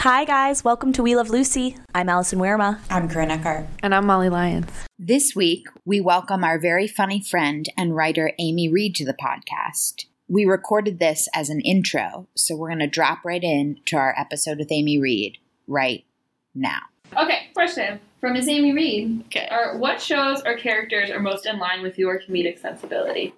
Hi, guys. Welcome to We Love Lucy. I'm Allison Werma. I'm Corinne Eckhart. And I'm Molly Lyons. This week, we welcome our very funny friend and writer Amy Reed to the podcast. We recorded this as an intro, so we're going to drop right in to our episode with Amy Reed right now. Okay, question from Miss Amy Reed. Okay. Are, what shows or characters are most in line with your comedic sensibility?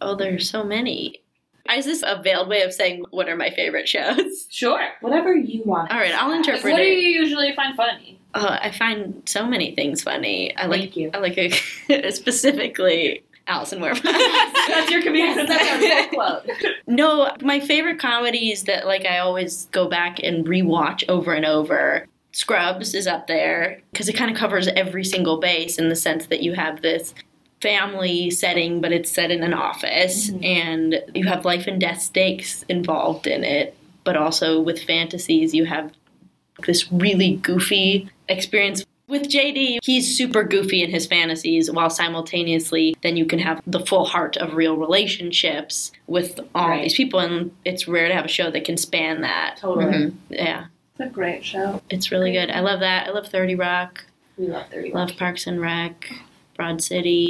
Oh, there's so many. Is this a veiled way of saying what are my favorite shows? Sure. Whatever you want. All right, I'll Like, interpret what do it. you usually find funny? Oh, I find so many things funny. I like Thank you. I like a, specifically Alison Werman. That's your comedic Yes, that's sensibility. our no, my favorite comedies that like I always go back and rewatch over and over. Scrubs is up there because it kind of covers every single base in the sense that you have this family setting, but it's set in an office, and you have life and death stakes involved in it. But also with fantasies, you have this really goofy experience. With JD, he's super goofy in his fantasies, while simultaneously, then you can have the full heart of real relationships with all Right. these people, and it's rare to have a show that can span that. Totally. Mhm. Yeah, It's a great show. it's really good. I love that. I love 30 Rock, We love 30 love Parks and Rec, Broad City.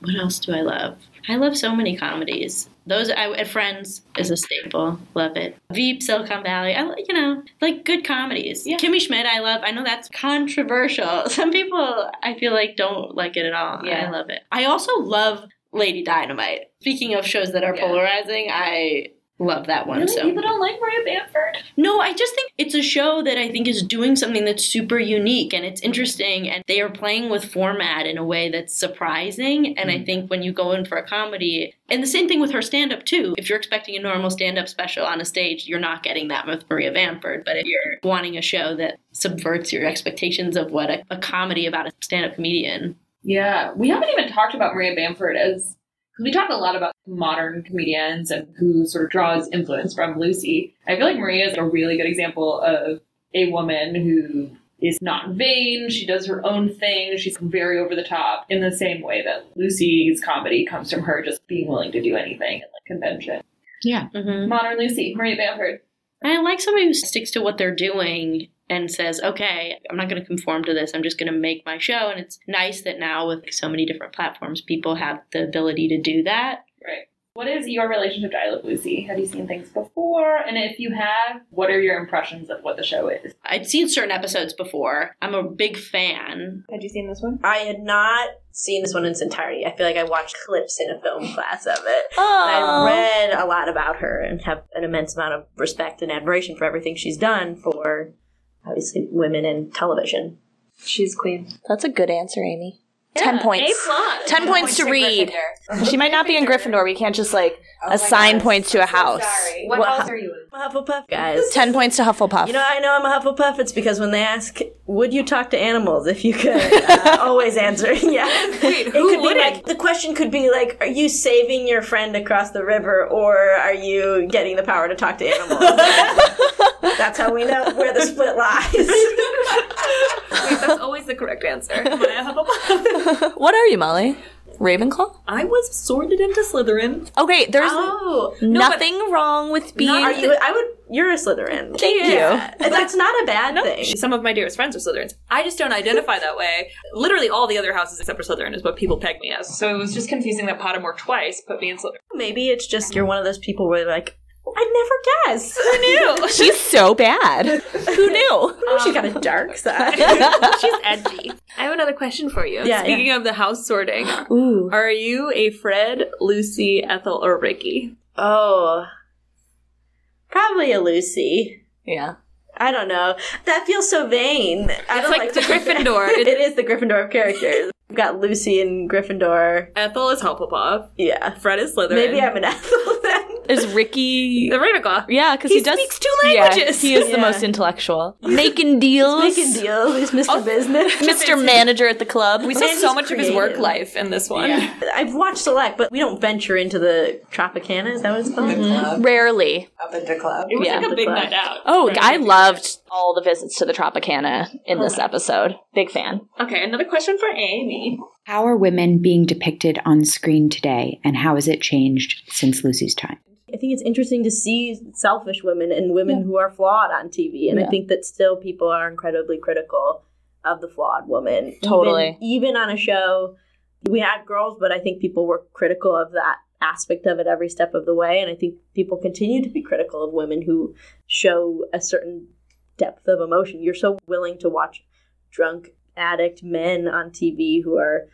What else do I love? I love so many comedies. Those I, at Friends is a staple. Love it. Veep, Silicon Valley. I li- you know like good comedies. Kimmy Schmidt, I love. I know that's controversial. Some people I feel like don't like it at all. Yeah. I love it. I also love Lady Dynamite. Speaking of shows that are Yeah. polarizing, I love that one really? so People don't like Maria Bamford? no, I just think it's a show that I think is doing something that's super unique and it's interesting and they are playing with format in a way that's surprising and I think when you go in for a comedy and the same thing with her stand up too. If you're expecting a normal stand up special on a stage, you're not getting that with Maria Vanford, but if you're wanting a show that subverts your expectations of what a, a comedy about a stand up comedian. Yeah. We haven't even talked about Maria Bamford as. Because we talk a lot about modern comedians and who sort of draws influence from Lucy. I feel like Maria is a really good example of a woman who is not vain. She does her own thing. She's very over the top in the same way that Lucy's comedy comes from her just being willing to do anything at like convention. Mhm. Modern Lucy, Maria Bamford. I like somebody who sticks to what they're doing and says, okay, I'm not going to conform to this. I'm just going to make my show. And it's nice that now, with so many different platforms, people have the ability to do that. Right. What is your relationship to I Love Lucy? Have you seen things before? And if you have, what are your impressions of what the show is? I'd seen certain episodes before. I'm a big fan. Had you seen this one? I had not seen this one in its entirety. I feel like I watched clips in a film class of it. I Oh, read a lot about her and have an immense amount of respect and admiration for everything she's done for obviously women in television. She's queen. that's a good answer, Amy. Ten points. plus. Ten points to read. She might not be in Gryffindor. We can't just like assign points to a house. What Well, house are you in? I'm a Hufflepuff, guys. Ten points to Hufflepuff. You know, I know I'm a Hufflepuff. It's because when they ask, "Would you talk to animals if you could?" Uh, always answer, "Yeah." Wait, it could be like the question could be like, "Are you saving your friend across the river, or are you getting the power to talk to animals?" That's how we know where the split lies. Wait, that's always the correct answer. Am I a Hufflepuff? what are you, Molly? Ravenclaw? I was sorted into Slytherin. Okay, there's Uh, Oh, nothing wrong with being. are you? I would. You're a Slytherin. Thank you. And That's not a bad thing. Some of my dearest friends are Slytherins. I just don't identify that way. Literally, all the other houses except for Slytherin is what people peg me as. So it was just confusing that Pottermore twice put me in Slytherin. Maybe it's just you're one of those people where like, I'd never guess. Who knew? She's so bad. Who knew? She's got a dark side. She's edgy. I have another question for you. Yeah, Speaking of the house sorting, Ooh. are you a Fred, Lucy, Ethel, or Ricky? Oh. Probably a Lucy. Yeah. I don't know. That feels so vain. I It's don't like, like the Gryffindor. it It- is the Gryffindor of characters. We've got Lucy and Gryffindor. Ethel is Hufflepuff. Yeah. Fred is Slytherin. Maybe I'm an Ethel then. There's Ricky. the Ravenclaw. Yeah, because He he, does speaks two Yeah, languages. he is Yeah. the most intellectual. Making deals. Making deals. He's Mr. Oh. Business. Mr. Manager at the club. We We saw saw so much of his work creative. life in this one. I've watched Select, but we don't venture into the Tropicana. Is that what it's called? Mm-hmm. rarely. up into club. It was Yeah. like a big Ravenclaw. night out. Oh, Right. I loved all the visits to the Tropicana in this episode. Big fan. Okay, another question for Amy. How are women being depicted on screen today, and how has it changed since Lucy's time? If think it's interesting to see selfish women and women who are flawed on TV. And I Yeah. think that still people are incredibly critical of the flawed woman. Even- Totally. Even, on a show, we had girls, but I think people were critical of that aspect of it every step of the way. And I think people continue to be critical of women who show a certain depth of emotion. You're so willing to watch drunk addict men on TV who are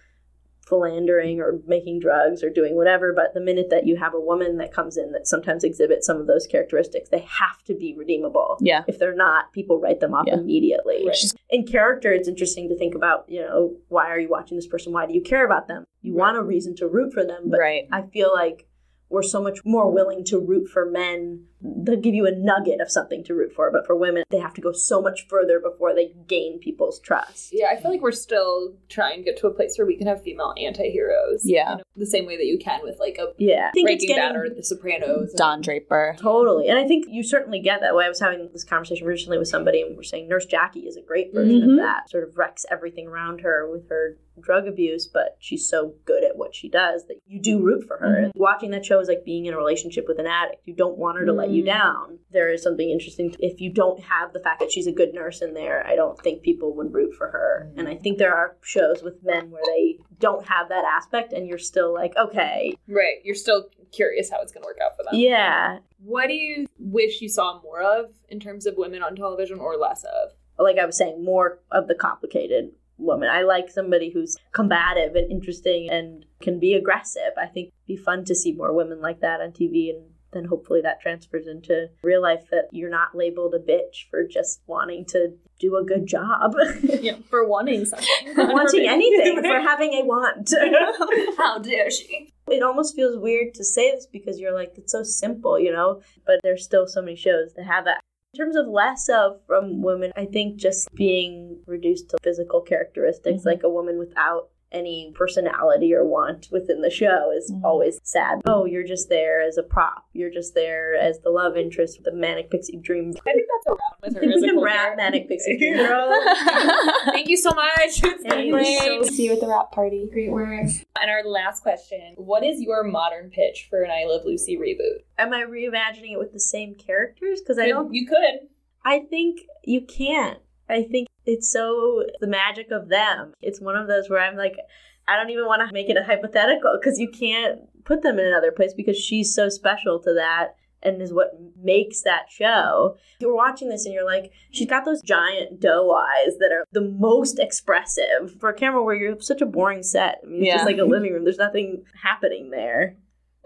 philandering or making drugs or doing whatever. But the minute that you have a woman that comes in that sometimes exhibits some of those characteristics, they have to be redeemable. Yeah. If they're not, people write them off Yeah. immediately. Right. She's- In character, it's interesting to think about, you know, why are you watching this person? Why do you care about them? You want a reason to root for them, but right. I feel like we're so much more willing to root for men. They'll give you a nugget of something to root for, but for women, they have to go so much further before they gain people's trust. Yeah, I feel like we're still trying to get to a place where we can have female anti-heroes. Yeah. You know, the same way that you can with like a Yeah. I think it's Breaking getting Bad or The Sopranos. Don Draper. Totally. And I think you certainly get that way. I was having this conversation recently with somebody, and we're saying Nurse Jackie is a great version Mhm. of that. Sort of wrecks everything around her with her drug abuse, but she's so good at what she does that you do root for her. Watching that show is like being in a relationship with an addict. You don't want her to let you Mm. down. There is something interesting. If you don't have the fact that she's a good nurse in there, I don't think people would root for her. And I think there are shows with men where they don't have that aspect, and you're still like, okay, Right. You're still curious how it's going to work out for them. yeah, What do you wish you saw more of in terms of women on television or less of? like I was saying, more of the complicated woman. I like somebody who's combative and interesting and can be aggressive. I think it'd be fun to see more women like that on TV and then hopefully that transfers into real life that you're not labeled a bitch for just wanting to do a good job. Yeah, for wanting something. for wanting anything, for having a want. How dare she? it almost feels weird to say this because you're like, it's so simple, you know? But there's still so many shows that have that. In terms of less of from women, I think just being reduced to physical characteristics, Mhm. like a woman without any personality or want within the show is Mhm. always sad. Oh, you're just there as a prop. You're just there as the love interest, the manic pixie dream. I think that's around with I her. think we as a can culture. wrap manic pixie dream girl. Thank you so much. It's been Thank you so great. See you at the rap party. Great work. And our last question What is your modern pitch for an I Love Lucy reboot? Am I reimagining it with the same characters? Because I You- don't You could. I think you can't. I think it's so the magic of them. It's one of those where I'm like, I don't even want to make it a hypothetical because you can't put them in another place because she's so special to that and is what makes that show. You're watching this and you're like, she's got those giant doe eyes that are the most expressive for a camera where you're such a boring set. I mean, it's Yeah. just like a living room. There's nothing happening there.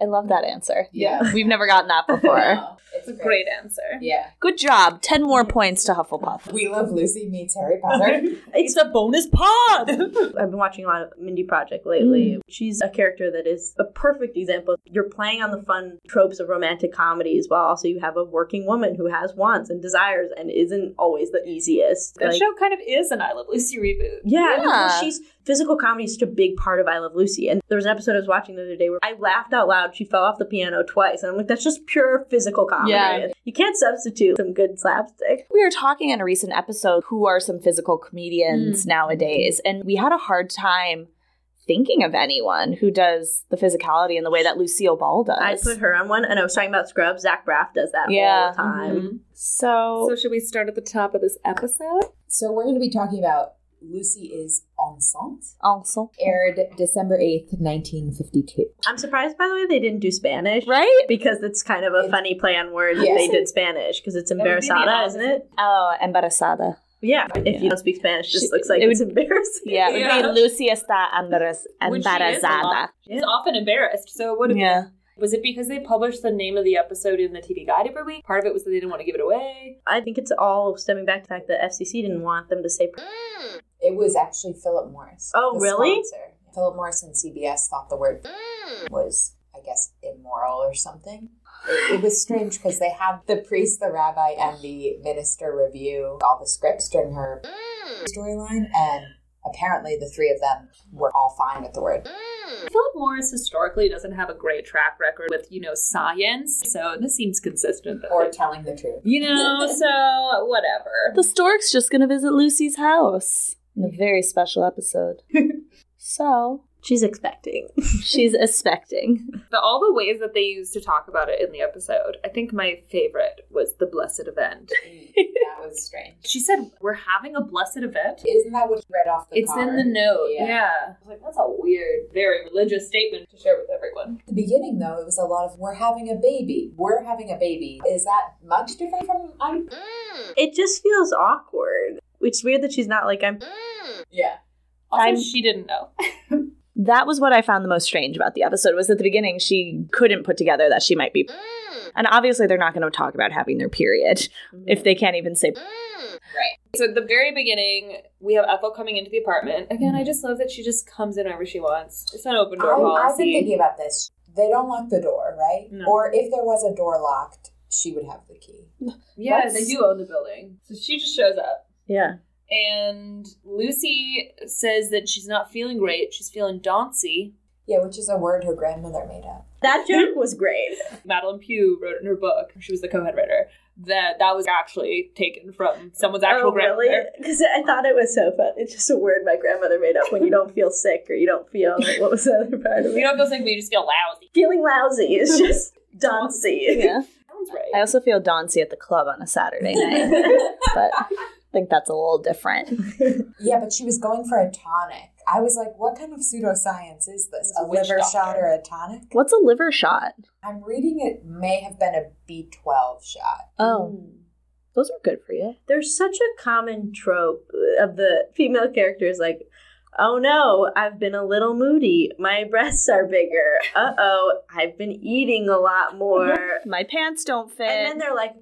I love that answer. Yeah. We've never gotten that before. No, it's It's a great answer. Yeah. Good job. 10 more points to Hufflepuff. We Love Lucy meets Harry Potter. It's a bonus pod. Mm. I've been watching a lot of Mindy Project lately. She's a character that is a perfect example. You're playing on the fun tropes of romantic comedies while also you have a working woman who has wants and desires and isn't always the easiest. The Like- show kind of is an I Love Lucy reboot. yeah, I mean, well, Yeah. she's physical comedy is such a big part of I Love Lucy, and there was an episode I was watching the other day where I laughed out loud. She fell off the piano twice, and I'm like, that's just pure physical comedy. Yeah. you can't substitute some good slapstick. We were talking in a recent episode who are some physical Mm. comedians nowadays, and we had a hard time thinking of anyone who does the physicality in the way that Lucille Ball does. I put her on one, and I was talking about Scrubs. Zach Braff does that all Yeah. Mm-hmm. the time. Mm-hmm. so, should we start at the top of this episode? so we're going to be talking about Lucy is Enceinte, also aired December 8th, 1952. I'm surprised, by the way, they didn't do Spanish. right? Because it's kind of a It's- funny play on words Yes. if they did Spanish, because it's would be the embarazada, isn't it? Oh, embarazada. Yeah. If you Yeah. don't speak Spanish, it just She- looks like it it's embarrassing. Yeah, it would Yeah. be Lucy está embaraz- Which she is a embarazada. lot. She's often embarrassed. So what? Yeah. Was it because they published the name of the episode in the TV guide every week? Part of it was that they didn't want to give it away. I think it's all stemming back to the fact that FCC didn't want them to say. It was actually Philip Morris. Oh, the really? Sponsor. Philip Morris and CBS thought the word was, I guess, immoral or something. It, it was strange because they had the priest, the rabbi, and the minister review all the scripts during her storyline, and apparently the three of them were all fine with the word. Philip Morris historically doesn't have a great track record with, you know, science. So this seems consistent. that Or they- telling the truth. you know, so whatever. The stork's just going to visit Lucy's house in a very special episode. so, She's expecting. She's expecting. The, all the ways that they used to talk about it in the episode, I think my favorite was the blessed event. that was strange. She said, We're having a blessed event? Isn't that what you read off the It's in card? the note. Yeah. Yeah. I was like, That's a weird, very religious statement to share with everyone. At the beginning, though, it was a lot of "we're having a baby," "we're having a baby." Is that much different from "I'm"? It just feels awkward. Which is weird that she's not like I'm. Yeah, Also, I'm- she didn't know. That was what I found the most strange about the episode was at the beginning she couldn't put together that she might be and obviously they're not going to talk about having their period if they can't even say right. So at the very beginning, we have Ethel coming into the apartment. Again, I just love that she just comes in whenever she wants. It's not open door I, I've been policy. thinking about this. They don't lock the door, right? No. Or if there was a door locked, she would have the key. yeah, That's- they do own the building. So she just shows up. Yeah. And Lucy says that she's not feeling great. She's feeling dauncey. Yeah, which is a word her grandmother made up. That joke was great. Madeline Pugh wrote in her book, she was the co-head writer, that that was actually taken from someone's actual oh, really? grandmother. Because I thought it was so fun. It's just a word my grandmother made up when you don't feel sick or you don't feel. What was the other part of You it? don't feel sick, but you just feel lousy. Feeling lousy is just dancy. yeah. Sounds I right. also feel Dauncey at the club on a Saturday night, but I think that's a little different. Yeah, but she was going for a tonic. I was like, what kind of pseudoscience is this? A a witch liver doctor. shot or a tonic? What's a liver shot? I'm reading it may have been a B12 shot. Oh, Mm. those are good for you. Hmm. There's such a common trope of the female characters like, oh no, I've been a little moody. My breasts are bigger. Uh oh, I've been eating a lot more. My pants don't fit. And then they're like,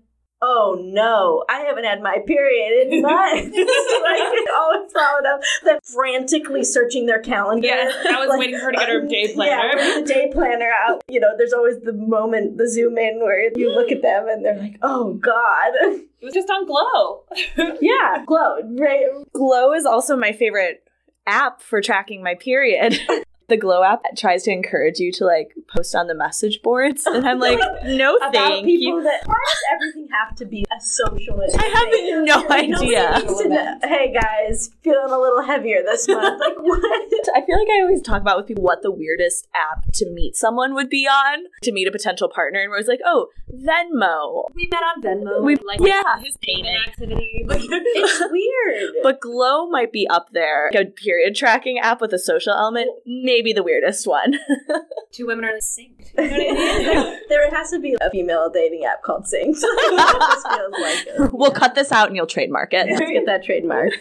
oh no, I haven't had my period in months. like, all followed up, then frantically searching their calendar. Yes, I was Like, waiting for her to get her day Yeah, planner. with the day planner out. You know, there's always the moment, the zoom in where you look at them and they're like, oh God. It was just on glow. yeah, glow. Right? Glow is also my favorite app for tracking my period. the Glow app tries to encourage you to like post on the message boards, and I'm like, no, About thank people you. that. Why does everything have to be a social I have no Nobody idea. needs to know, Hey guys, feeling a little heavier this month. Like what? I feel like I always talk about with people what the weirdest app to meet someone would be on to meet a potential partner, and we're always like, oh, Venmo. We met on Venmo. We- like yeah. his payment activity. Like, It's weird. But Glow might be up there. Like a period tracking app with a social element, maybe the weirdest one. two women are like synced. You know what I mean? there, there has to be a female dating app called Sync. this feels like it. we'll cut this out and you'll trademark it. Let's get that trademark.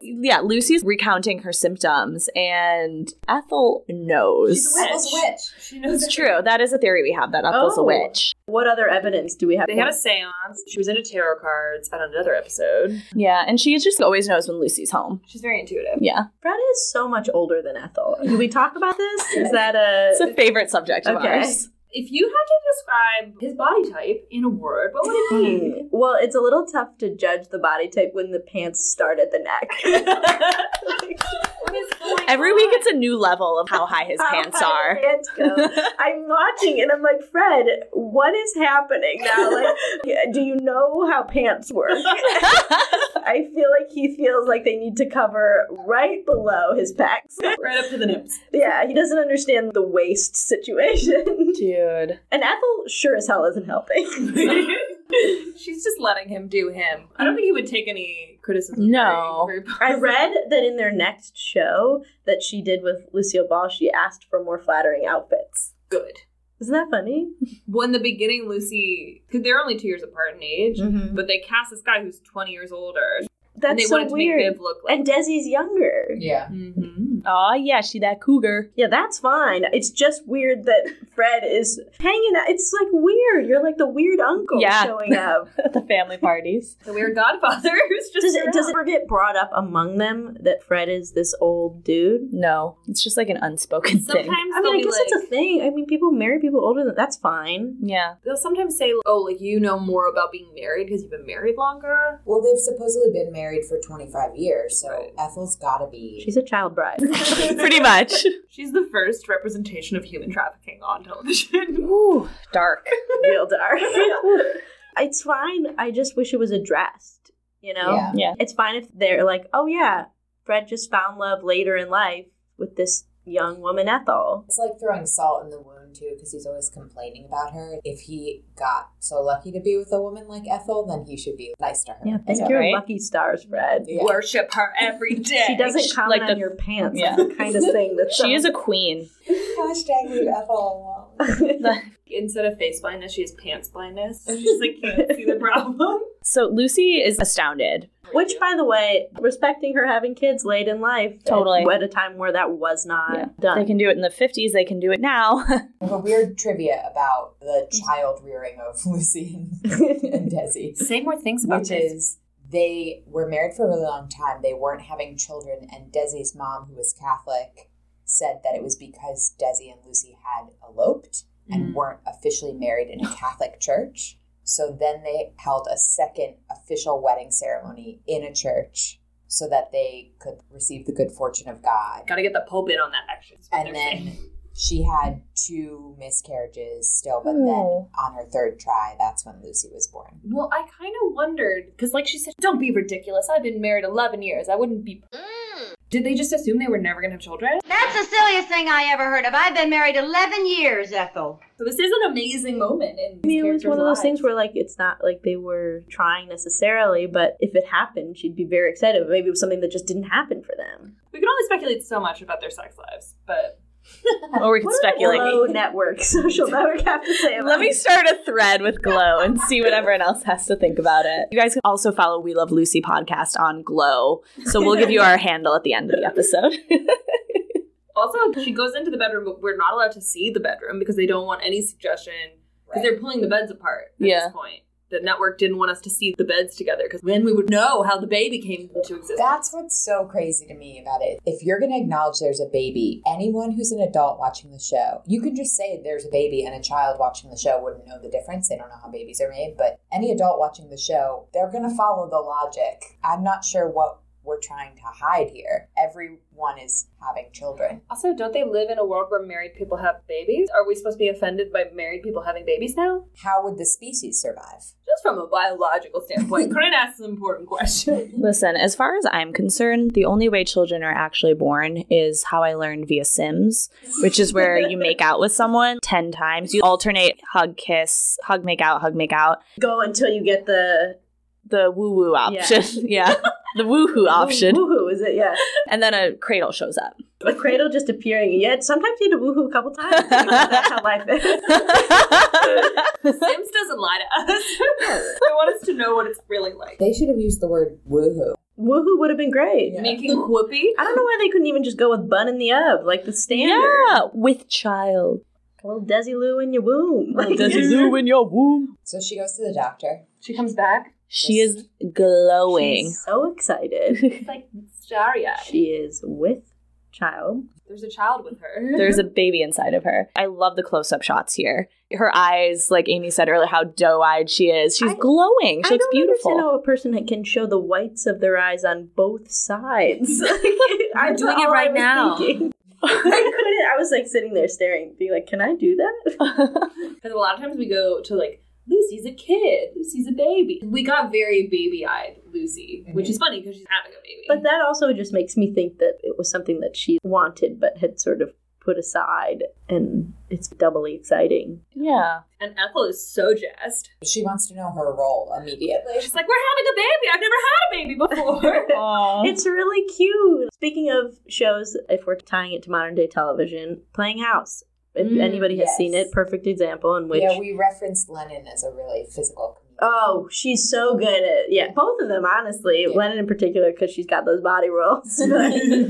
yeah, Lucy's recounting her symptoms, and Ethel knows. She's a Ethel's a witch. She knows It's true. That is a theory we have that Ethel's Oh. a witch. What other evidence do we have? They had a seance. She was into tarot cards on another episode. Yeah, and she just always knows when Lucy's home. She's very intuitive. Yeah, Fred is so much older than Ethel. Do we talk about this? Is that a it's a favorite subject of Okay. ours. If you had to describe his body type in a word, what would it be? Hmm. Well, it's a little tough to judge the body type when the pants start at the neck. What is going Every on? week, it's a new level of how high his How pants high are. his pants go. I'm watching and I'm like, Fred, what is happening now? Like, do you know how pants work? I feel like he feels like they need to cover right below his pecs. right up to the nips. Yeah, he doesn't understand the waist situation. Dude. And Ethel sure as hell isn't helping. She's just letting him do him. I don't think he would take any criticism. No. Very- very I read that in their next show that she did with Lucille Ball, she asked for more flattering outfits. good. Isn't that funny? Well, in the beginning, Lucy, because they're only two years apart in age, but they cast this guy who's 20 years older. and That's they so wanted to make weird. Viv look like. And Desi's younger. Yeah. Mhm. Oh yeah, she that cougar. Yeah, that's fine. It's just weird that Fred is hanging out. It's like weird. You're like the weird uncle Yeah. showing up. at the family parties. The weird godfather who's just. Does it, around. does it ever get brought up among them that Fred is this old dude? No, it's just like an unspoken thing. Sometimes I they'll mean, I be guess like, it's a thing. I mean, people marry people older than that's fine. Yeah. they'll sometimes say, "Oh, like you know more about being married because you've been married longer." Well, they've supposedly been married for 25 years, so Right. Ethel's gotta be. She's a child bride. Pretty much. She's the first representation of human trafficking on television. Ooh, dark. Real dark. it's fine. I just wish it was addressed. You know, Yeah. Yeah. it's fine if they're like, oh yeah, Fred just found love later in life with this young woman Ethel. It's like throwing salt in the wound too, because he's always complaining about her. If he got so lucky to be with a woman like Ethel, then he should be nice to her. Yeah, thank So- your right. lucky stars, Fred. Yeah. Worship her every day. She doesn't comment like the- on your pants. Yeah. That's the kind of thing that She is a queen. Hashtag leave Ethel alone. Instead of face blindness, she has pants blindness. She's like, can't see the problem. So Lucy is astounded. Which, by the way, respecting her having kids late in life, Totally. at a time where that was not Yeah. They done. can do it in the 50s, they can do it now. I have a weird trivia about the Mm-hmm. child rearing of Lucy and, and Desi, Say more things about which this. is they were married for a really long time. They weren't having children, and Desi's mom, who was Catholic, said that it was because Desi and Lucy had eloped and Mm. weren't officially married in a Catholic church. So then they held a second official wedding ceremony in a church so that they could receive the good fortune of God. Gotta get the Pope in on that action. is what they're And then saying. she had two miscarriages still, but Oh. then on her third try, that's when Lucy was born. Well, I kind of wondered because, like she said, don't be ridiculous. I've been married 11 years. I wouldn't be. Did they just assume they were never going to have children? Mm. That's the silliest thing I ever heard of. I've been married 11 years, Ethel. So this is an amazing moment in I these mean, it was characters' one of those lives. things where, like, it's not like they were trying necessarily, but if it happened, she'd be very excited. But Maybe it was something that just didn't happen for them. we can only speculate so much about their sex lives, but or we could speculate. Glow network, social network, have to say. About Let me it. start a thread with Glow and see what everyone else has to think about it. You guys can also follow We Love Lucy podcast on Glow. So we'll give you our handle at the end of the episode. also she goes into the bedroom, but we're not allowed to see the bedroom because they don't want any suggestion because they're pulling the beds apart at Yeah. this point. The network didn't want us to see the beds together because then we would know how the baby came into existence. That's what's so crazy to me about it. If you're going to acknowledge there's a baby, anyone who's an adult watching the show, you can just say there's a baby and a child watching the show wouldn't know the difference. They don't know how babies are made, but any adult watching the show, they're going to follow the logic. I'm not sure what we're trying to hide here. Everyone is having children. Also, don't they live in a world where married people have babies? Are we supposed to be offended by married people having babies now? How would the species survive? Just from a biological standpoint, Corinne asks an important question. Listen, as far as I'm concerned, the only way children are actually born is how I learned via Sims, which is where you make out with someone 10 times. You alternate hug, kiss, hug, make out, hug, make out. go until you get the The woo woo option. Yeah. The woo hoo option. Woohoo! Is it? Yeah, And then a cradle shows up. the cradle just appearing. Yeah, sometimes you had to woohoo a couple times. That's how life is. Sims doesn't lie to us. they want us to know what it's really like. They should have used the word woohoo. Woohoo would have been great. Making whoopee. I don't know why they couldn't even just go with bun in the oven, like the standard. yeah, with child. A little Desi Lou in your womb. in your womb. So she goes to the doctor. She comes back. She is glowing. She's so excited. It's like starry eyed. she is with child. There's a child with her. There's a baby inside of her. I love the close up shots here. Her eyes, like Amy said earlier, how doe eyed she is. She's I- glowing. She I looks don't understand beautiful. how a person that can show the whites of their eyes on both sides. Like, that's doing it all I right was now. thinking. I couldn't. I was like sitting there staring, being like, "Can I do that?" Because a lot of times we go to like, Lucy's a kid. Lucy's a baby. We got very baby eyed Lucy, which is funny because she's having a baby. But that also just makes me think that it was something that she wanted, but had sort of put aside, and it's doubly exciting. Yeah. and Ethel is so jazzed. She wants to know her role immediately. She's like, we're having a baby. I've never had a baby before. It's really cute. Speaking of shows, if we're tying it to modern day television, Playing House. If Mm, anybody has yes. seen it, perfect example in which. yeah, we referenced Lennon as a really physical comedian. oh, she's so good at yeah. Both of them, honestly, Yeah. Lennon in particular, because she's got those body rolls. But,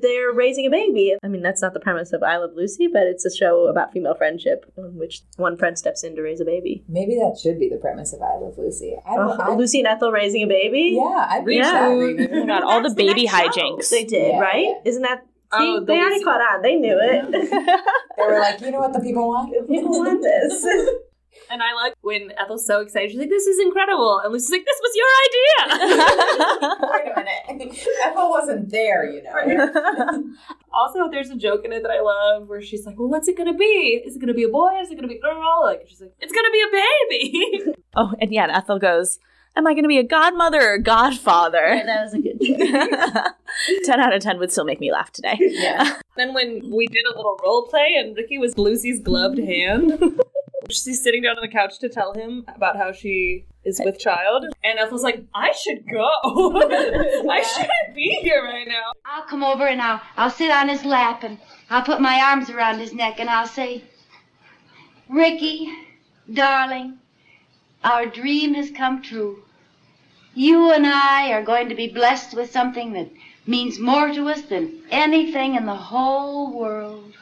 but they're raising a baby. I mean, that's not the premise of I Love Lucy, but it's a show about female friendship in which one friend steps in to raise a baby. Maybe that should be the premise of I Love Lucy. I don't Oh, I, Lucy and Ethel raising a baby. Yeah, I'd be Yeah. Oh my god, all the baby hijinks. They did Yeah. right. Isn't that? See, Oh, the they already Lucy- caught on. They knew it. They were like, you know what the people want? You want this. And I like when Ethel's so excited. She's like, "This is incredible!" And Lucy's like, "This was your idea." Wait a minute. Ethel wasn't there, you know. also, there's a joke in it that I love where she's like, "Well, what's it gonna be? Is it gonna be a boy? Is it gonna be a girl?" Like she's like, "It's gonna be a baby." Oh, and yeah, and Ethel goes, am I going to be a godmother or a godfather? that was a good 10 out of 10 would still make me laugh today. Then when we did a little role play and Ricky was Lucy's gloved hand, she's sitting down on the couch to tell him about how she is with child, and Ethel's like, "I should go. I shouldn't be here right now." I'll come over and I'll, I'll sit on his lap and I'll put my arms around his neck and I'll say, Ricky, darling, our dream has come true. You and I are going to be blessed with something that means more to us than anything in the whole world.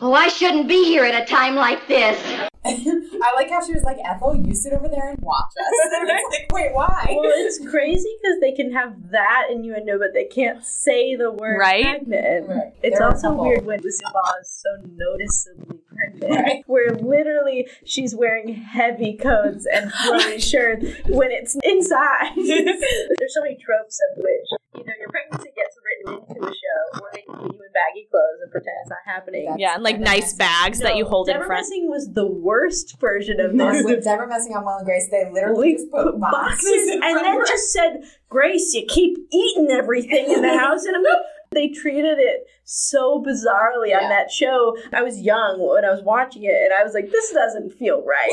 Oh, I shouldn't be here at a time like this. I like how she was like, Ethel, you sit over there and watch us. And it's like, wait, why? Well, it's crazy because they can have that innuendo, but they can't say the word Right? pregnant. Right. It's They're also humble. weird when Lucy Ball is so noticeably pregnant, where literally she's wearing heavy coats and flowy shirts when it's inside. There's so many tropes of which either your pregnancy gets written into the show, or they put you in baggy clothes and pretend it's not happening. That's- Yeah, and like nice bags that you No, hold Deborah in front. Messing was the worst version of this. Honestly, with Deborah messing on Will and Grace, they literally We just put boxes and in front of then her. just said, Grace, you keep eating everything in the house. And I'm like, they treated it so bizarrely on Yeah. that show. I was young when I was watching it, and I was like, this doesn't feel right.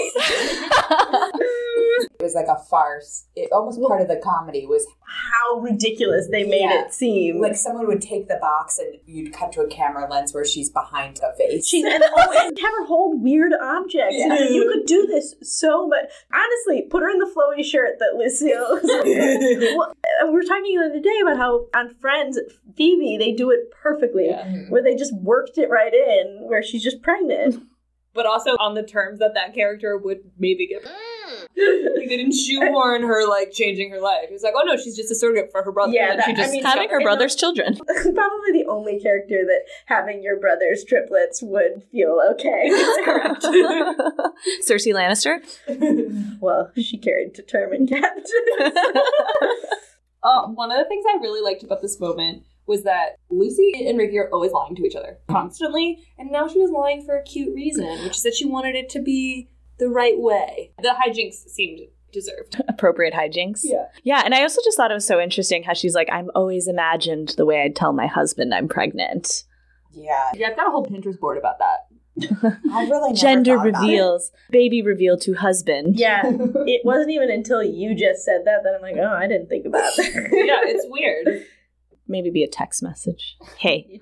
it was like a farce. It almost part of the comedy was How ridiculous they made Yeah. it seem. like someone would take the box and you'd cut to a camera lens where she's behind a face. She's and, oh, and have her hold weird objects. Yeah. You could do this so much. Honestly, put her in the flowy shirt that Lucille. well, and we were talking the other day about how on Friends, Phoebe, they do it perfectly, where they just worked it right in, where she's just pregnant. But also on the terms that that character would maybe get. Like, they didn't shoehorn her like changing her life. It was like, "Oh no, she's just a surrogate for her brother." Yeah, and that- she I just mean, Having her in the- brother's children. Probably the only character that having your brother's triplets would feel okay. Cersei Lannister. well, she carried determined captains. Uh, one of the things I really liked about this moment was that Lucy and Ricky are always lying to each other constantly, and now she was lying for a cute reason, which is that she wanted it to be the right way. The hijinks seemed deserved. Appropriate hijinks. Yeah. Yeah, and I also just thought it was so interesting how she's like, I'm always imagined the way I'd tell my husband I'm pregnant. yeah, Yeah, I've got a whole Pinterest board about that. I really never Gender thought about reveals, baby reveal to husband. yeah, it wasn't even until you just said that that I'm like, oh, I didn't think about that. yeah, it's weird. Maybe be a text message. Hey,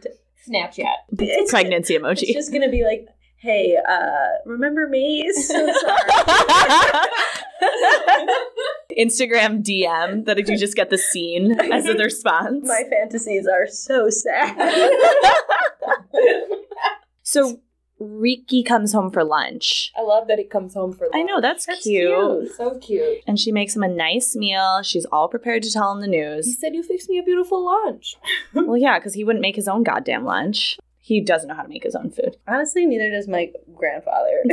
Snapchat. It's- pregnancy emoji. It's just gonna be like, hey, uh, remember me? So sorry. Instagram DM that you just get the scene as the response. My fantasies are so sad. So Riki comes home for lunch. I love that he comes home for. I know that's, cute. So cute. And she makes him a nice meal. She's all prepared to tell him the He news. said, "You fixed me a beautiful lunch." well, yeah, because he wouldn't make his own goddamn lunch. He doesn't know how to make his own food. Honestly, neither does my grandfather.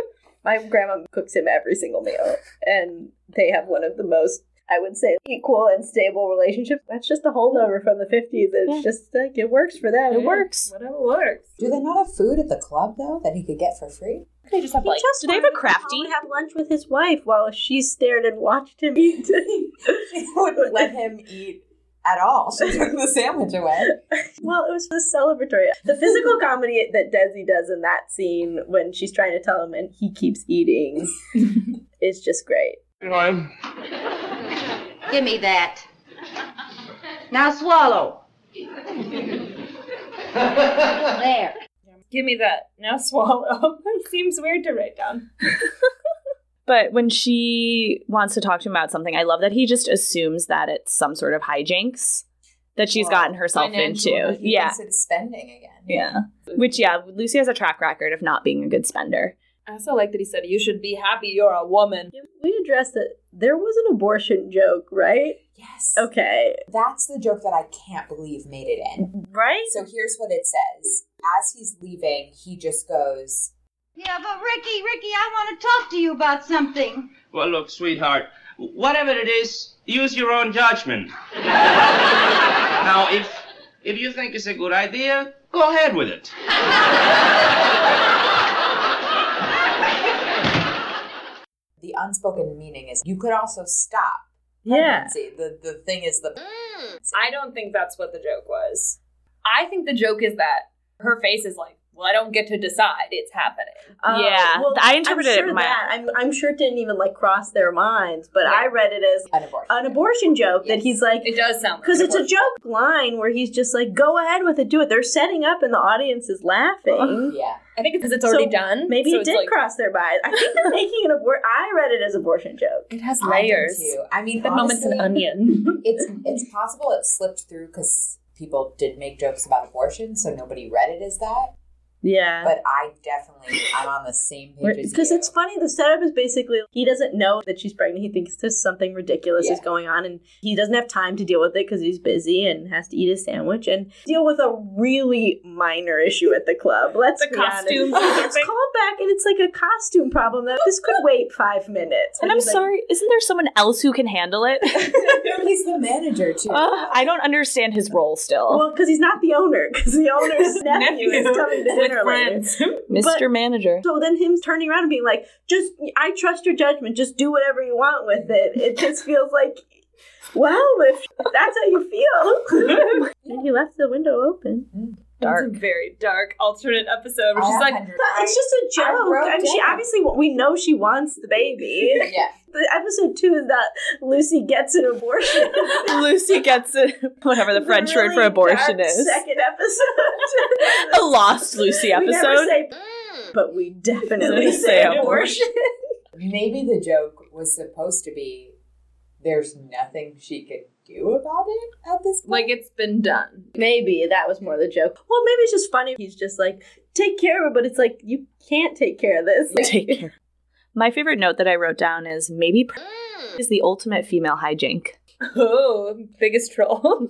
my grandma cooks him every single meal, and they have one of the most. I would say equal and stable relationships. That's just a holdover from the 50s. It's Yeah. just like it works for them. It works. Whatever works. Do they not have food at the club though that he could get for free? They just have He like just do they have a wanted to crafty? probably Have lunch with his wife while she stared and watched him eat. She wouldn't let him eat at all. She took the sandwich away. Well, it was the celebratory. The physical comedy that Desi does in that scene when she's trying to tell him and he keeps eating is just great. Give me that. Now swallow. there. Give me that. Now swallow. Seems weird to write down. But when she wants to talk to him about something, I love that he just assumes that it's some sort of hijinks that she's Well, gotten herself financial into. He Yeah. thinks it's spending again. Yeah. Which, yeah, Lucy has a track record of not being a good spender. I also like that he said, "You should be happy. You're a woman." We addressed that there was an abortion joke, right? Yes. Okay. That's the joke that I can't believe made it in. Right? So here's what it says. As he's leaving, he just goes, Yeah, but Ricky, Ricky, I want to talk to you about something. Well, look, sweetheart, whatever it is, use your own judgment. now, if if you think it's a good idea, go ahead with it. The unspoken meaning is you could also stop. Yeah. See, the, the thing is the I don't think that's what the joke was. I think the joke is that her face is like, well, I don't get to decide. It's happening. Uh, Yeah, well, I interpreted I'm sure it my- that. I'm, I'm sure it didn't even like cross their minds, but I read it as an abortion. an abortion joke that Yes. he's like, It does sound like because it's a abortion. joke line where he's just like, go ahead with it, do it. They're setting up and the audience is laughing. yeah. I think it's because it's So, already done. Maybe so it it's did like- cross their minds. I think they're making an abort. I read it as abortion joke. It has I did layers. too. I mean, That moment's honestly, an onion. it's it's possible it slipped through because people did make jokes about abortion, so nobody read it as that. Yeah. But I definitely, I'm on the same page as Because you. it's funny. The setup is basically he doesn't know that she's pregnant. He thinks there's something ridiculous is Yeah. going on, and he doesn't have time to deal with it because he's busy and has to eat his sandwich and deal with a really minor issue at the club. Let's The be honest. costumes and It's everything. called back, and it's like a costume problem that this could wait five minutes. And I'm He's like, sorry, isn't there someone else who can handle it? He's the manager too. Uh, I don't understand his role still. Well, because he's not the owner, because the owner's nephew is coming to with dinner later. friends. Mr. but- Manager. So then him turning around and being like, just, I trust your judgment, just do whatever you want with it. It just feels like, well, if that's how you feel. and he left the window open. Dark. It's a very dark alternate episode where she's I like, 100 But it's just a I joke. wrote I, mean, she down. obviously, we know she wants the baby. yeah. the episode two is that Lucy gets an abortion. Lucy gets it, whatever the French word for Really abortion dark is. Second episode. A lost Lucy We never episode. say, but we definitely We say say abortion. Maybe the joke was supposed to be there's nothing she could do about it at this point. like it's been done. Maybe that was more the joke. Well, maybe it's just funny. He's just like, take care of it, but it's like you can't take care of this. Like, Take care. My favorite note that I wrote down is maybe pr- is the ultimate female hijink. Oh, biggest troll.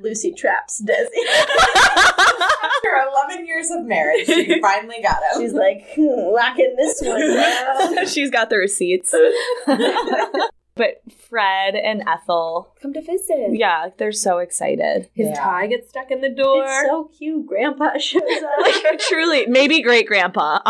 Lucy traps Desi. after 11 years of marriage, she finally got him. She's like, hmm, locking this one down. She's got the receipts. but Fred and Ethel, Come to visit. yeah, they're so excited. His Yeah. tie gets stuck in the door. It's so cute. Grandpa shows up. Like, truly, maybe great grandpa.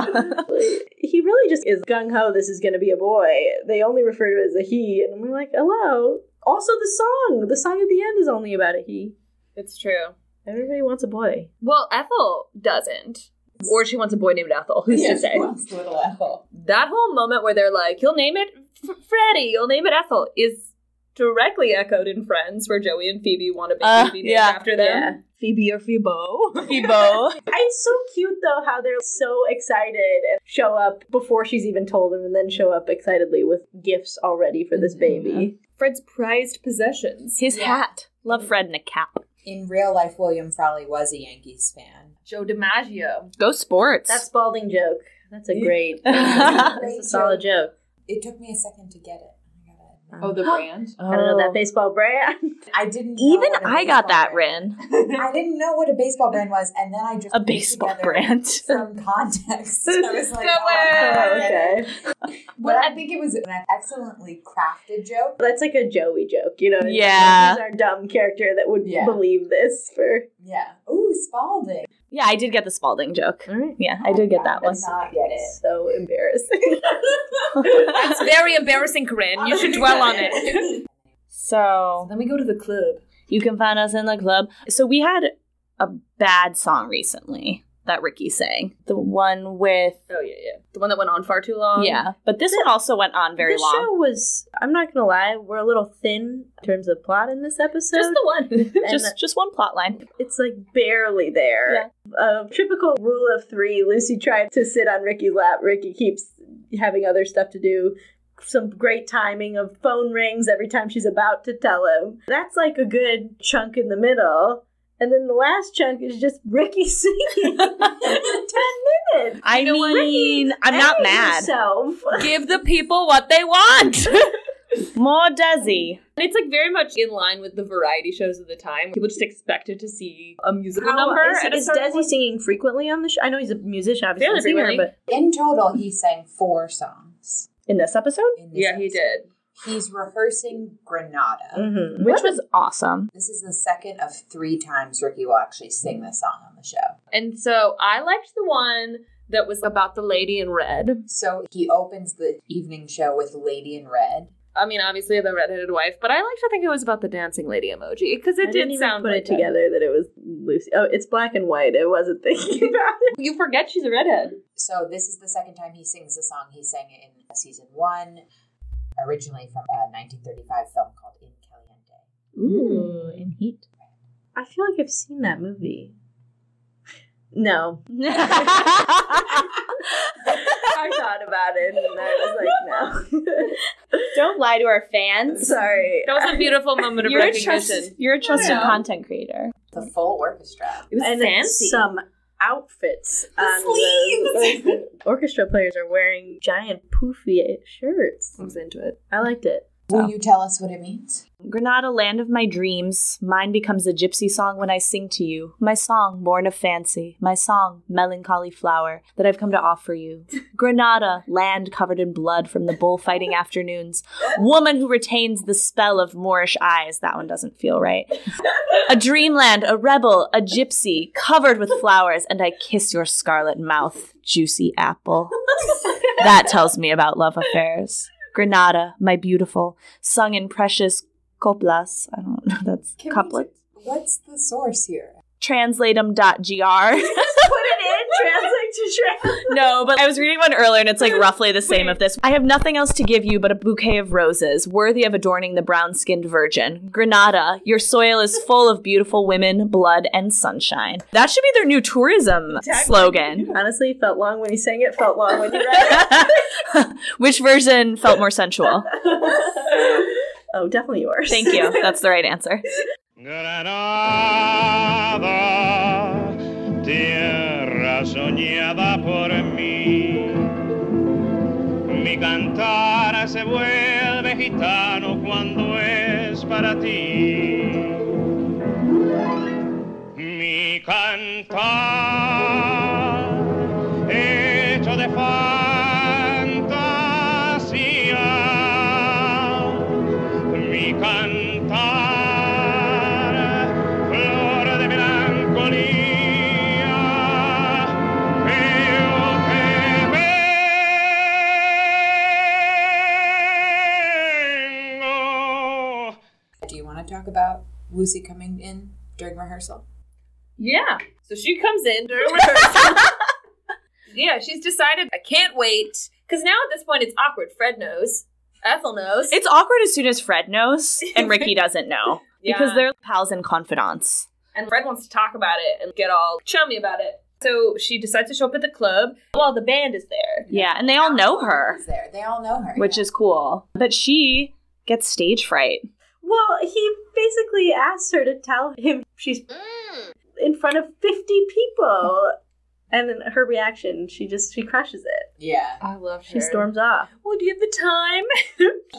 he really just is gung ho. This is going to be a boy. They only refer to it as a he, and we're like, hello. Also, the song, the song at the end is only about a he. it's true. Everybody wants a boy. Well, Ethel doesn't. Or she wants a boy named Ethel. Who's Yeah, to say? she wants little Ethel. That whole moment where they're like, you'll name it F- Freddy, you'll name it Ethel, is directly echoed in Friends, where Joey and Phoebe want a baby Uh, to be named yeah, after them. Phoebe or Phoebo. Phoebo. It's so cute though how they're so excited and show up before she's even told him, and then show up excitedly with gifts already for this Mm-hmm. baby. Fred's prized possessions. His Yeah. hat. Love Fred in a cap. In real life, William Frawley was a Yankees fan. Joe DiMaggio. Go sports. That Spalding joke. That's a great. That's a that's a great solid joke. It took me a second to get it. I gotta admit. Oh, the brand. I don't know Oh. that baseball brand. I didn't. know Even what a I got baseball that, brand- Rin. I didn't know what a baseball brand was, and then I just A put baseball together brand. from context. I was like, oh, I get it. okay. But I think it was an excellently crafted joke. That's like a Joey joke, you know? Yeah. Who's our dumb character that would Yeah. believe this for. Yeah. Ooh, Spalding. Yeah, I did get the Spalding joke. Alright. Yeah, I did get that one. Did not get it. So embarrassing. It's very embarrassing, Corinne. You should dwell on it. So Then we go to the club. you can find us in the club. So we had a bad song recently that Ricky sang. The one with Oh yeah, yeah. The one that went on far too long. yeah, but this one also went on very this long. show was, I'm not going to lie, we're a little thin in terms of plot in this episode. just the one, And just just one plot line. it's like barely there. A typical rule of three Lucy tried to sit on Ricky's lap. Ricky keeps having other stuff to do. Some great timing of phone rings every time she's about to tell him. That's like a good chunk in the middle. And then the last chunk is just Ricky singing for 10 minutes. I mean, I'm not Hey, mad. Yourself. Give the people what they want. More Desi. And it's like very much in line with the variety shows of the time. People just expected to see a musical How- number. is, at a is certain Desi point. singing frequently on the show? I know he's a musician, obviously, Fairly a singer, frequently. but In total, he sang four songs. In this episode, In this Yeah, he episode. did. He's rehearsing Granada. Mhm. which was awesome. This is the second of three times Ricky will actually sing this song on the show. And so I liked the one that was about the lady in red. So he opens the evening show with Lady in Red. I mean, obviously the redheaded wife, but I like to think it was about the dancing lady emoji because it I did didn't even sound put like it together that it was Lucy. Oh, it's black and white. I wasn't thinking about it. That. You forget she's a redhead. So this is the second time he sings the song he sang it in season one, originally from a 1935 film called In Caliente. Ooh, in heat. I feel like I've seen that movie. No. I thought about it and I was like, Don't lie to our no. fans. Sorry. That was a beautiful moment of You're a, trust, recognition. you're a trusted know. content creator. The full orchestra. It was and fancy. some outfits. on The sleeves. orchestra players are wearing giant poofy shirts. I was into it. I liked it. Will you tell us what it means? Granada, land of my dreams, mine becomes a gypsy song when I sing to you. My song, born of fancy, my song, melancholy flower, that I've come to offer you. Granada, land covered in blood from the bullfighting afternoons, woman who retains the spell of Moorish eyes. That one doesn't feel right. A dreamland, a rebel, a gypsy, covered with flowers, and I kiss your scarlet mouth, juicy apple. That tells me about love affairs. Granada, my beautiful, sung in precious coplas. I don't know, that's Can we couplets. What's the source here? Translatum.gr. Put it in, translate to translate. no, but I was reading one earlier and it's like roughly the same of this. I have nothing else to give you but a bouquet of roses, worthy of adorning the brown skinned virgin. Granada, your soil is full of beautiful women, blood, and sunshine. That should be their new tourism slogan. Honestly, it felt long when you sang it, felt long when you read Which version felt more sensual? it. oh, definitely yours. Thank you. That's the right answer. Granada, tierra soñada por mí. Mi cantar se vuelve gitano cuando es para ti. Mi cantar hecho de fantasía mi cantar, flor de melancolía, que yo te vengo. Do you want to talk about Lucy coming in during rehearsal? Yeah. So she comes in during rehearsal. yeah, she's decided I can't wait. Because now at this point it's awkward. Fred knows. Ethel knows. It's awkward as soon as Fred knows and Ricky doesn't know because Yeah. they're pals and confidants. And Fred wants to talk about it and get all chummy about it. So she decides to show up at the club while the band is there. Yeah, and they all know her, Is there? They all know her. which is cool. But she gets stage fright. Well, he basically asked her to tell him she's in front of 50 people. And then her reaction, she just, she crushes it. yeah. I love She storms off. Well, do you have the time?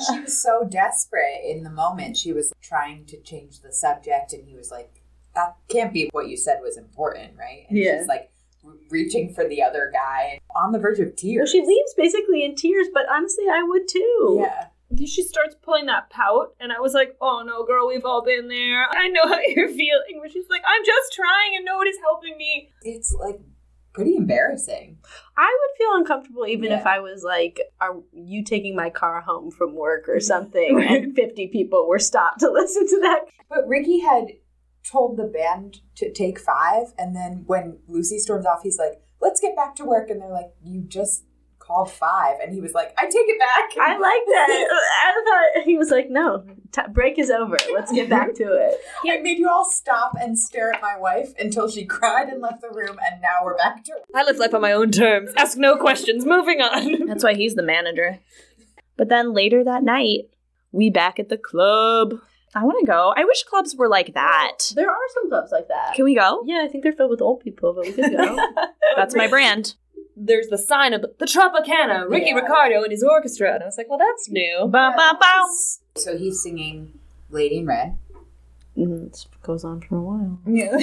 She was so desperate in the moment. She was trying to change the subject, and he was like, "That can't be what you said was important, right?" And Yeah. she's like re- reaching for the other guy on the verge of Well, tears. she leaves basically in tears, but honestly, I would too. Yeah. Then she starts pulling that pout, and I was like, "Oh no, girl, we've all been there. I know how you're feeling." But she's like, "I'm just trying, and nobody's helping me." It's like pretty embarrassing. I would feel uncomfortable even Yeah. if I was like, "Are you taking my car home from work or something?" and fifty people were stopped to listen to that. But Ricky had told the band to take five, and then when Lucy storms off, he's like, "Let's get back to work," and they're like, "You just called five. and he was like, "I take it back." I like that. I thought he was like, "No, t- break is over. Let's get back to it." I made you all stop and stare at my wife until she cried and left the room, and now we're back to I live life on my own terms. Ask no questions. Moving on. That's why he's the manager. But then later that night, we back at the club. I want to go. I wish clubs were like that. There are some clubs like that. Can we go? yeah, I think they're filled with old people, but we could go. That's my brand. There's the sign of the Tropicana, Ricky Yeah. Ricardo and his orchestra, and I was like, "Well, that's new." Ba ba ba. So he's singing Lady in Red. Mm-hmm. it goes on for a while. Yeah.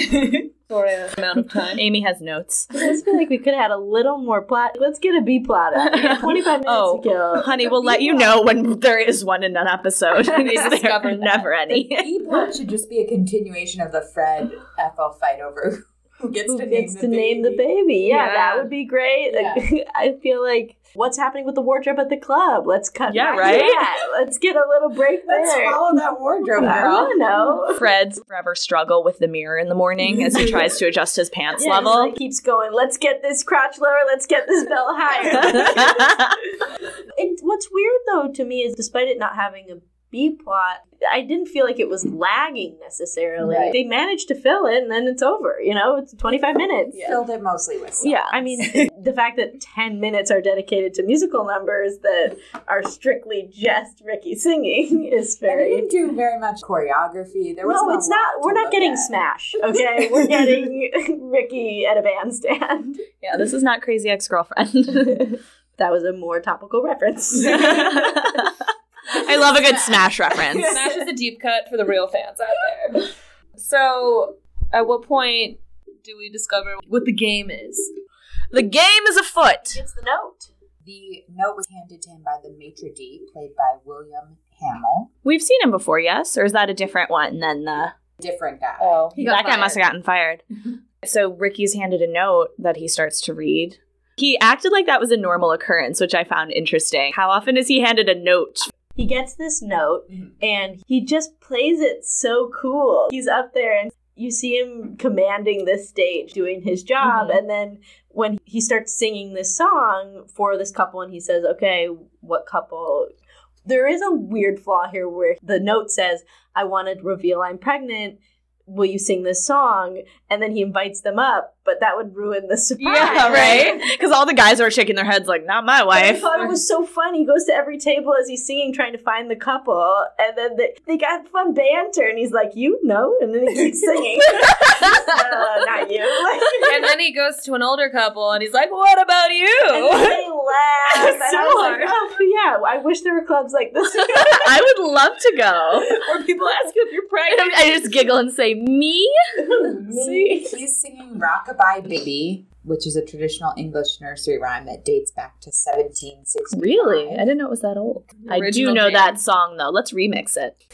For a amount of time. Amy has notes. I just feel like we could have had a little more plot. Let's get a B plot. up. We have Twenty-five minutes Oh, to kill. honey, we'll let you know when there is one in an episode. There's discover that. never any. E plot should just be a continuation of the Fred Ethel fight over Who gets who to gets to name the name the baby. baby. Yeah, that Yeah. would be great. Like, I feel like what's happening with the wardrobe at the club? Let's cut. Yeah, back to right? that. Let's get a little break Let's there. follow that wardrobe, I girl. don't know. Fred's forever struggle with the mirror in the morning as he tries to adjust his pants Yeah, level. just, like, keeps going. Let's get this crotch lower. Let's get this belt higher. and what's weird though to me is, despite it not having a B plot, I didn't feel like it was lagging necessarily. Right. They managed to fill it, and then it's over. You know, it's twenty five minutes. Filled it mostly with Yeah, I mean, the fact that 10 minutes are dedicated to musical numbers that are strictly just Ricky singing is They very. didn't do very much choreography. There was No, it's not. We're not getting Smash, okay? We're getting Ricky at a bandstand. yeah, this is not crazy ex girlfriend. That was a more topical reference. I love a good Smash reference. Smash is a deep cut for the real fans out there. So, at what point do we discover what the game is? The game is afoot. it's the note. The note was handed to him by the maitre d, played by William Hamill. We've seen him before, yes? Or is that a different one than the. Different guy. Oh, that guy must have gotten fired. so Ricky's handed a note that he starts to read. He acted like that was a normal occurrence, which I found interesting. How often is he handed a note? He gets this note and he just plays it so cool. He's up there and you see him commanding this stage, doing his job. And then when he starts singing this song for this couple, and he says, Okay, what couple? There is a weird flaw here where the note says, I want to reveal I'm pregnant. Will you sing this song? And then he invites them up, but that would ruin the surprise. Because all the guys are shaking their heads like, not my But I wife. thought it was so fun. He goes to every table as he's singing, trying to find the couple, and then they, they got fun banter, and he's like, "You know," and then he keeps singing. no, not you. Like, and then he goes to an older couple and he's like, What and about then you? they laugh. and I was hard. like, "Oh yeah, I wish there were clubs like this." I would love to go. Or people ask you if you're pregnant. I just giggle and say, me? See? He's singing Rockabye Baby, which is a traditional English nursery rhyme that dates back to 1760. Really? I didn't know it was that old. I do Original know jam. that song, though. Let's remix it.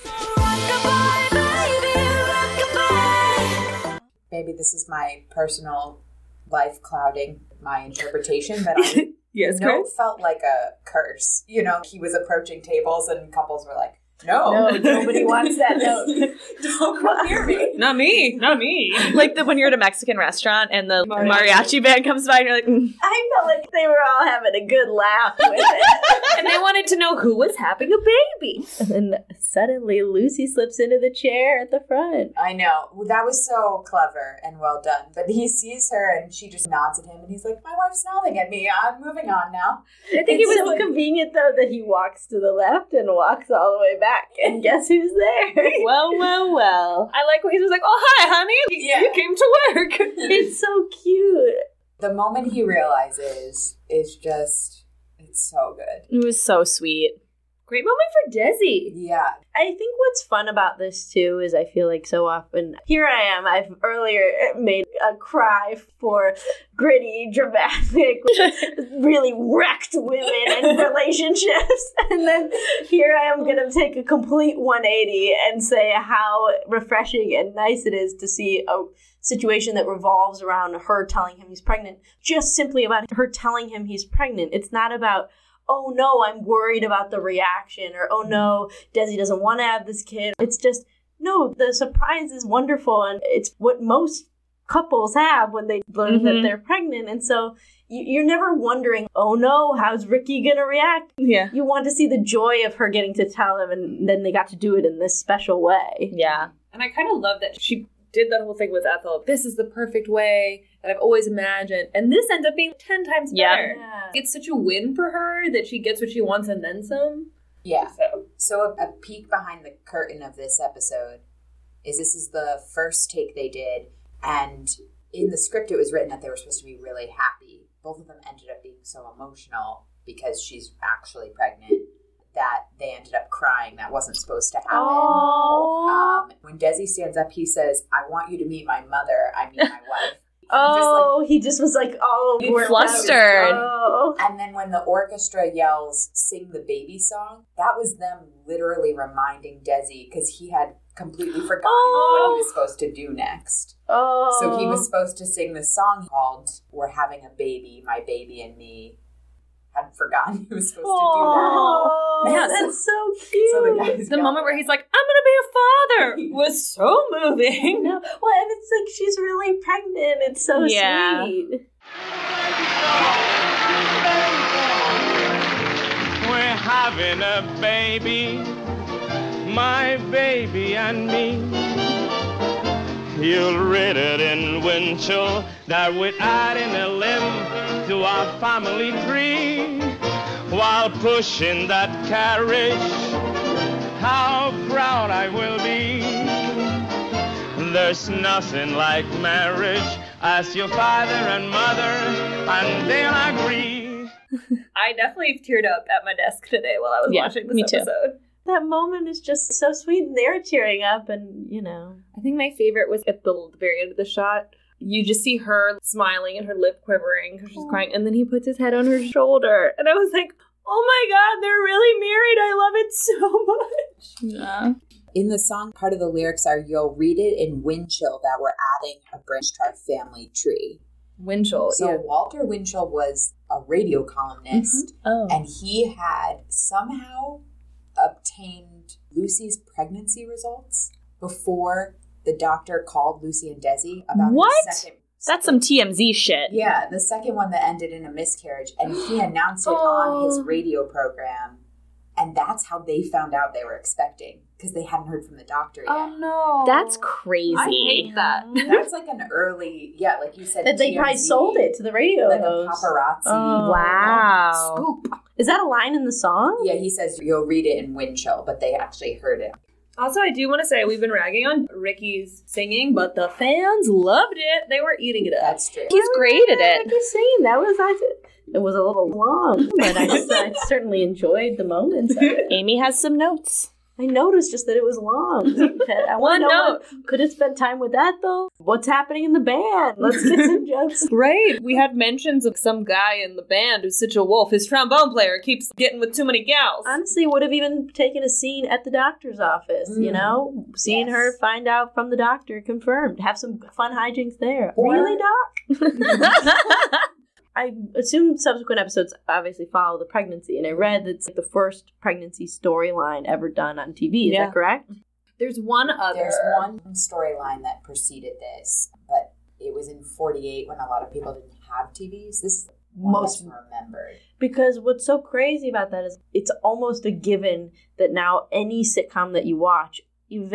Maybe this is my personal life clouding my interpretation, but I Yes, no it felt like a curse. You know, he was approaching tables and couples were like, no. no, nobody wants that note. Don't come near me. Not me. Not me. Like the when you're at a Mexican restaurant and the mariachi, band comes by and you're like, mm. I felt like they were all having a good laugh with it, and they wanted to know who was having a baby. and then suddenly Lucy slips into the chair at the front. I know. Well, That was so clever and well done. But he sees her and she just nods at him and he's like, my wife's nodding at me. I'm moving on now. I think It's it so was like- convenient though that he walks to the left and walks all the way back, and guess who's there? well, well, well. I like when he was like, Oh, hi, honey. Yeah. You came to work. it's so cute. The moment he realizes is just, it's so good. It was so sweet. Great moment for Desi. Yeah. I think what's fun about this too is I feel like so often here I am. I've earlier made a cry for gritty, dramatic, really wrecked women and relationships, and then here I am gonna take a complete 180 and say how refreshing and nice it is to see a situation that revolves around her telling him he's pregnant. Just simply about her telling him he's pregnant. It's not about. Oh no, I'm worried about the reaction, or oh no, Desi doesn't want to have this kid. It's just, no, the surprise is wonderful. And it's what most couples have when they learn that Mm-hmm. Mhm. they're pregnant. And so you- you're never wondering, oh no, how's Ricky going to react? Yeah. You want to see the joy of her getting to tell him, and then they got to do it in this special way. Yeah. And I kind of love that she did that whole thing with Ethel. This is the perfect way that I've always imagined. And this ends up being 10 times Yeah. better. It's such a win for her that she gets what she wants and then some. Yeah. So, So a, a peek behind the curtain of this episode is this is the first take they did, and in the script it was written that they were supposed to be really happy. Both of them ended up being so emotional because she's actually pregnant that they ended up crying. That wasn't supposed to happen. Oh. Um, when Desi stands up, he says, "I want you to meet my mother. I mean my wife." Oh, he just was like, oh, You we're flustered. Oh. And then when the orchestra yells, sing the baby song, that was them literally reminding Desi because he had completely forgotten Oh. what he was supposed to do next. Oh. So he was supposed to sing this song called We're Having a Baby, My Baby and Me. Had forgotten he was supposed Oh, to do that. that's so So the cute. guys the go- moment where he's like, "I'm gonna be a father," was so moving. No. Well, and it's like she's really pregnant. It's so Yeah. sweet. We're having a baby, my baby and me. You'll read it in Winchell that we're adding a limb to our family tree while pushing that carriage. How proud I will be. There's nothing like marriage. Ask your father and mother, and they'll agree. I definitely teared up at my desk today while I was Yeah, watching this me too. episode. That moment is just so sweet, and they're cheering up, and you know. I think my favorite was at the very end of the shot. You just see her smiling and her lip quivering because she's crying, and then he puts his head on her shoulder, and I was like, "Oh my god, they're really married! I love it so much." Yeah. In the song, part of the lyrics are You'll read it in Winchell that we're adding a branch to our family tree. Winchell, So Walter Winchell was a radio columnist. Oh. and he had somehow obtained Lucy's pregnancy results before the doctor called Lucy and Desi about her What? second. That's some TMZ shit. Yeah, the second one that ended in a miscarriage, and he announced it on Oh. his radio program, and that's how they found out they were expecting because they hadn't heard from the doctor yet. Oh. no, That's crazy. I hate that. that's like an early, yeah, like you said, Oh. That they probably TMZ, sold it to the radio like a host. paparazzi. Oh. Wow. Scoop. Is that a line in the song? Yeah, he says you'll read it in Winchell, but they actually heard it Also, I do want to say we've been ragging on Ricky's singing, but the fans loved it. They were eating it up. That's true. He's great at Like it. you're saying, that was I. It was a little long, but I, I certainly enjoyed the moments. of it. Amy has some notes. I noticed just that it was long. I One wanna know what- Could have spent time with that though. What's happening in the band? Let's get some jokes. Right. We had mentions of some guy in the band who's such a wolf. His trombone player keeps getting with too many gals. Honestly, would have even taken a scene at the doctor's office. You Mm. know, seeing Yes. her find out from the doctor, confirmed. Have some fun hijinks there. Or- really, doc? I assume subsequent episodes obviously follow the pregnancy, and I read that's like the first pregnancy storyline ever done on TV. Is Yeah. that correct? There's one other. There's one storyline that preceded this, but it was in 48 when a lot of people didn't have TVs. This is the one Most- that's remembered. Because what's so crazy about that is it's almost a given that now any sitcom that you watch,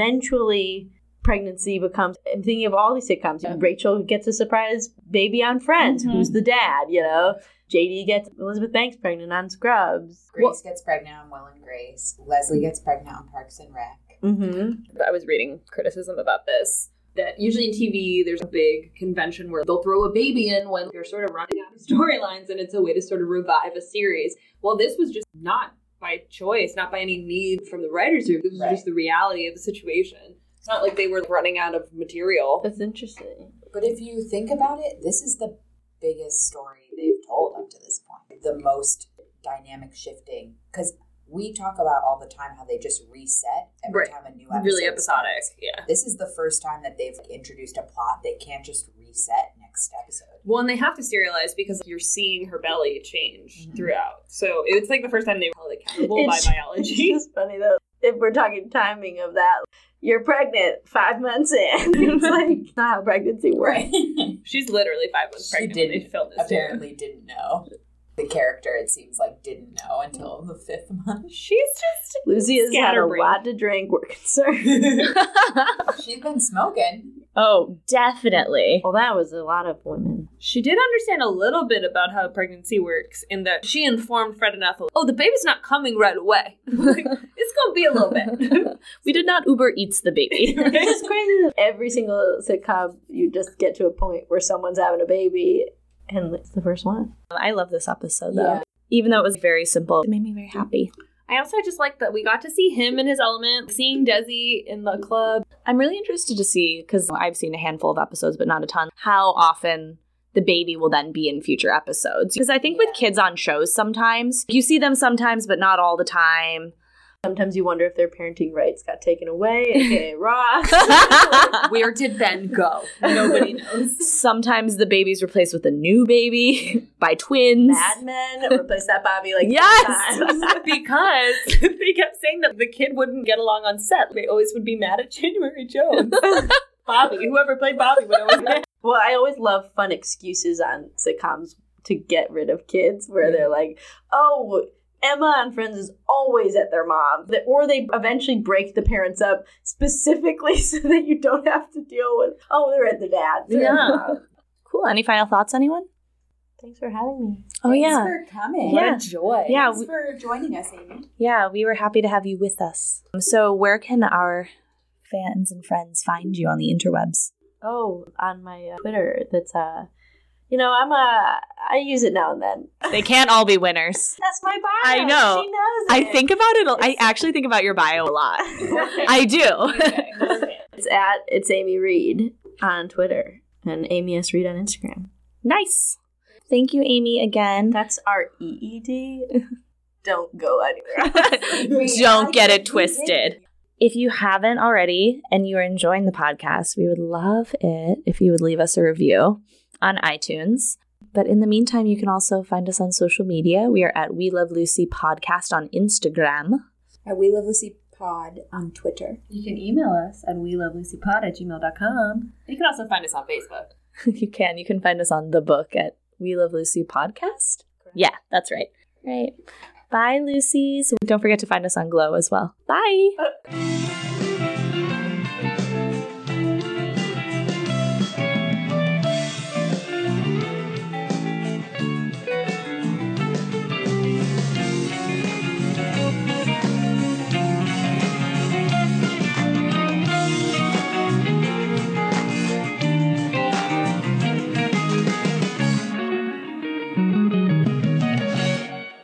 eventually pregnancy becomes. I'm thinking of all these sitcoms. Rachel gets a surprise baby on Friends. Who's the dad? You know, JD gets Elizabeth Banks pregnant on Scrubs. Grace gets pregnant on Will and Grace. Mm. Leslie gets pregnant on Parks and Rec. Mm-hmm. I was reading criticism about this. That usually in TV, there's a big convention where they'll throw a baby in when you're sort of running out of storylines, and it's a way to sort of revive a series. Well, this was just not by choice, not by any need from the writers' room. This was Right. just the reality of the situation. It's not like they were running out of material. That's interesting. But if you think about it, this is the biggest story they've told up to this point. The most dynamic shifting. Because we talk about all the time how they just reset every Right. time a new episode. really starts. episodic. Yeah. This is the first time that they've introduced a plot. They can't just reset next episode. Well, and they have to serialize because you're seeing her belly change Mm-hmm. Mhm. throughout. So it's like the first time they were held accountable by It's- biology. It's just funny though. If we're talking timing of that, you're pregnant five months in. it's like not how pregnancy works. She's literally five months She pregnant when they didn't, filmed this. apparently didn't know. The character, it seems like, didn't know until the fifth month. She's just Lucy has had a Scatterbrained. lot to drink. We're concerned. She's been smoking. Oh, definitely. Well, that was a lot of women. she did understand a little bit about how pregnancy works in that she informed Fred and Ethel, "Oh, the baby's not coming right away. Like, it's gonna be a little bit." we did not Uber Eats the baby. It's just crazy that every single sitcom, you just get to a point where someone's having a baby, and it's the first one. I love this episode though. Yeah. Even though it was very simple, it made me very happy. I also just like that we got to see him in his element, seeing Desi in the club. I'm really interested to see because I've seen a handful of episodes, but not a ton. How often the baby will then be in future episodes? Because I think with Yeah. kids on shows, sometimes you see them sometimes, but not all the time. Sometimes you wonder if their parenting rights got taken away. Okay, Ross. Where did Ben go? Nobody knows. Sometimes the baby's replaced with a new baby by twins. Mad Men replace that Bobby like Yes! three times. because they kept saying that the kid wouldn't get along on set. They always would be mad at January Jones. Bobby, whoever played Bobby would always be Well, I always love fun excuses on sitcoms to get rid of kids where they're like, oh, Emma on Friends is always at their mom. That- Or they eventually break the parents up specifically so that you don't have to deal with, oh, they're at the dad's. They're at the Yeah. mom's." Cool. Any final thoughts, anyone? Thanks for having me. Oh yeah, Thanks for coming. Yeah. joy. yeah, Thanks we, for joining us, Amy. yeah. We were happy to have you with us. So, where can our fans and friends find you on the interwebs? Oh, on my uh, Twitter, that's, uh, you know, I'm a, I use it now and then. They can't all be winners. That's my bio. I know. She knows I it. think about it. a- I actually think about your bio a lot. I do. It's at it's Amy Reed on Twitter and Amy S Reed on Instagram. nice. Thank you, Amy, again. That's our EED. Don't go anywhere. Don't get it twisted. If you haven't already and you are enjoying the podcast, we would love it if you would leave us a review on iTunes. But in the meantime, you can also find us on social media. We are at We Love Lucy Podcast on Instagram. At We Love Lucy Pod on Twitter. You can email us at welovelucypod at gmail.com. You can also find us on Facebook. you can. You can find us on the book at We Love Lucy Podcast. Yeah, that's right. Right. Bye, Lucy's. Don't forget to find us on Glow as well. Bye.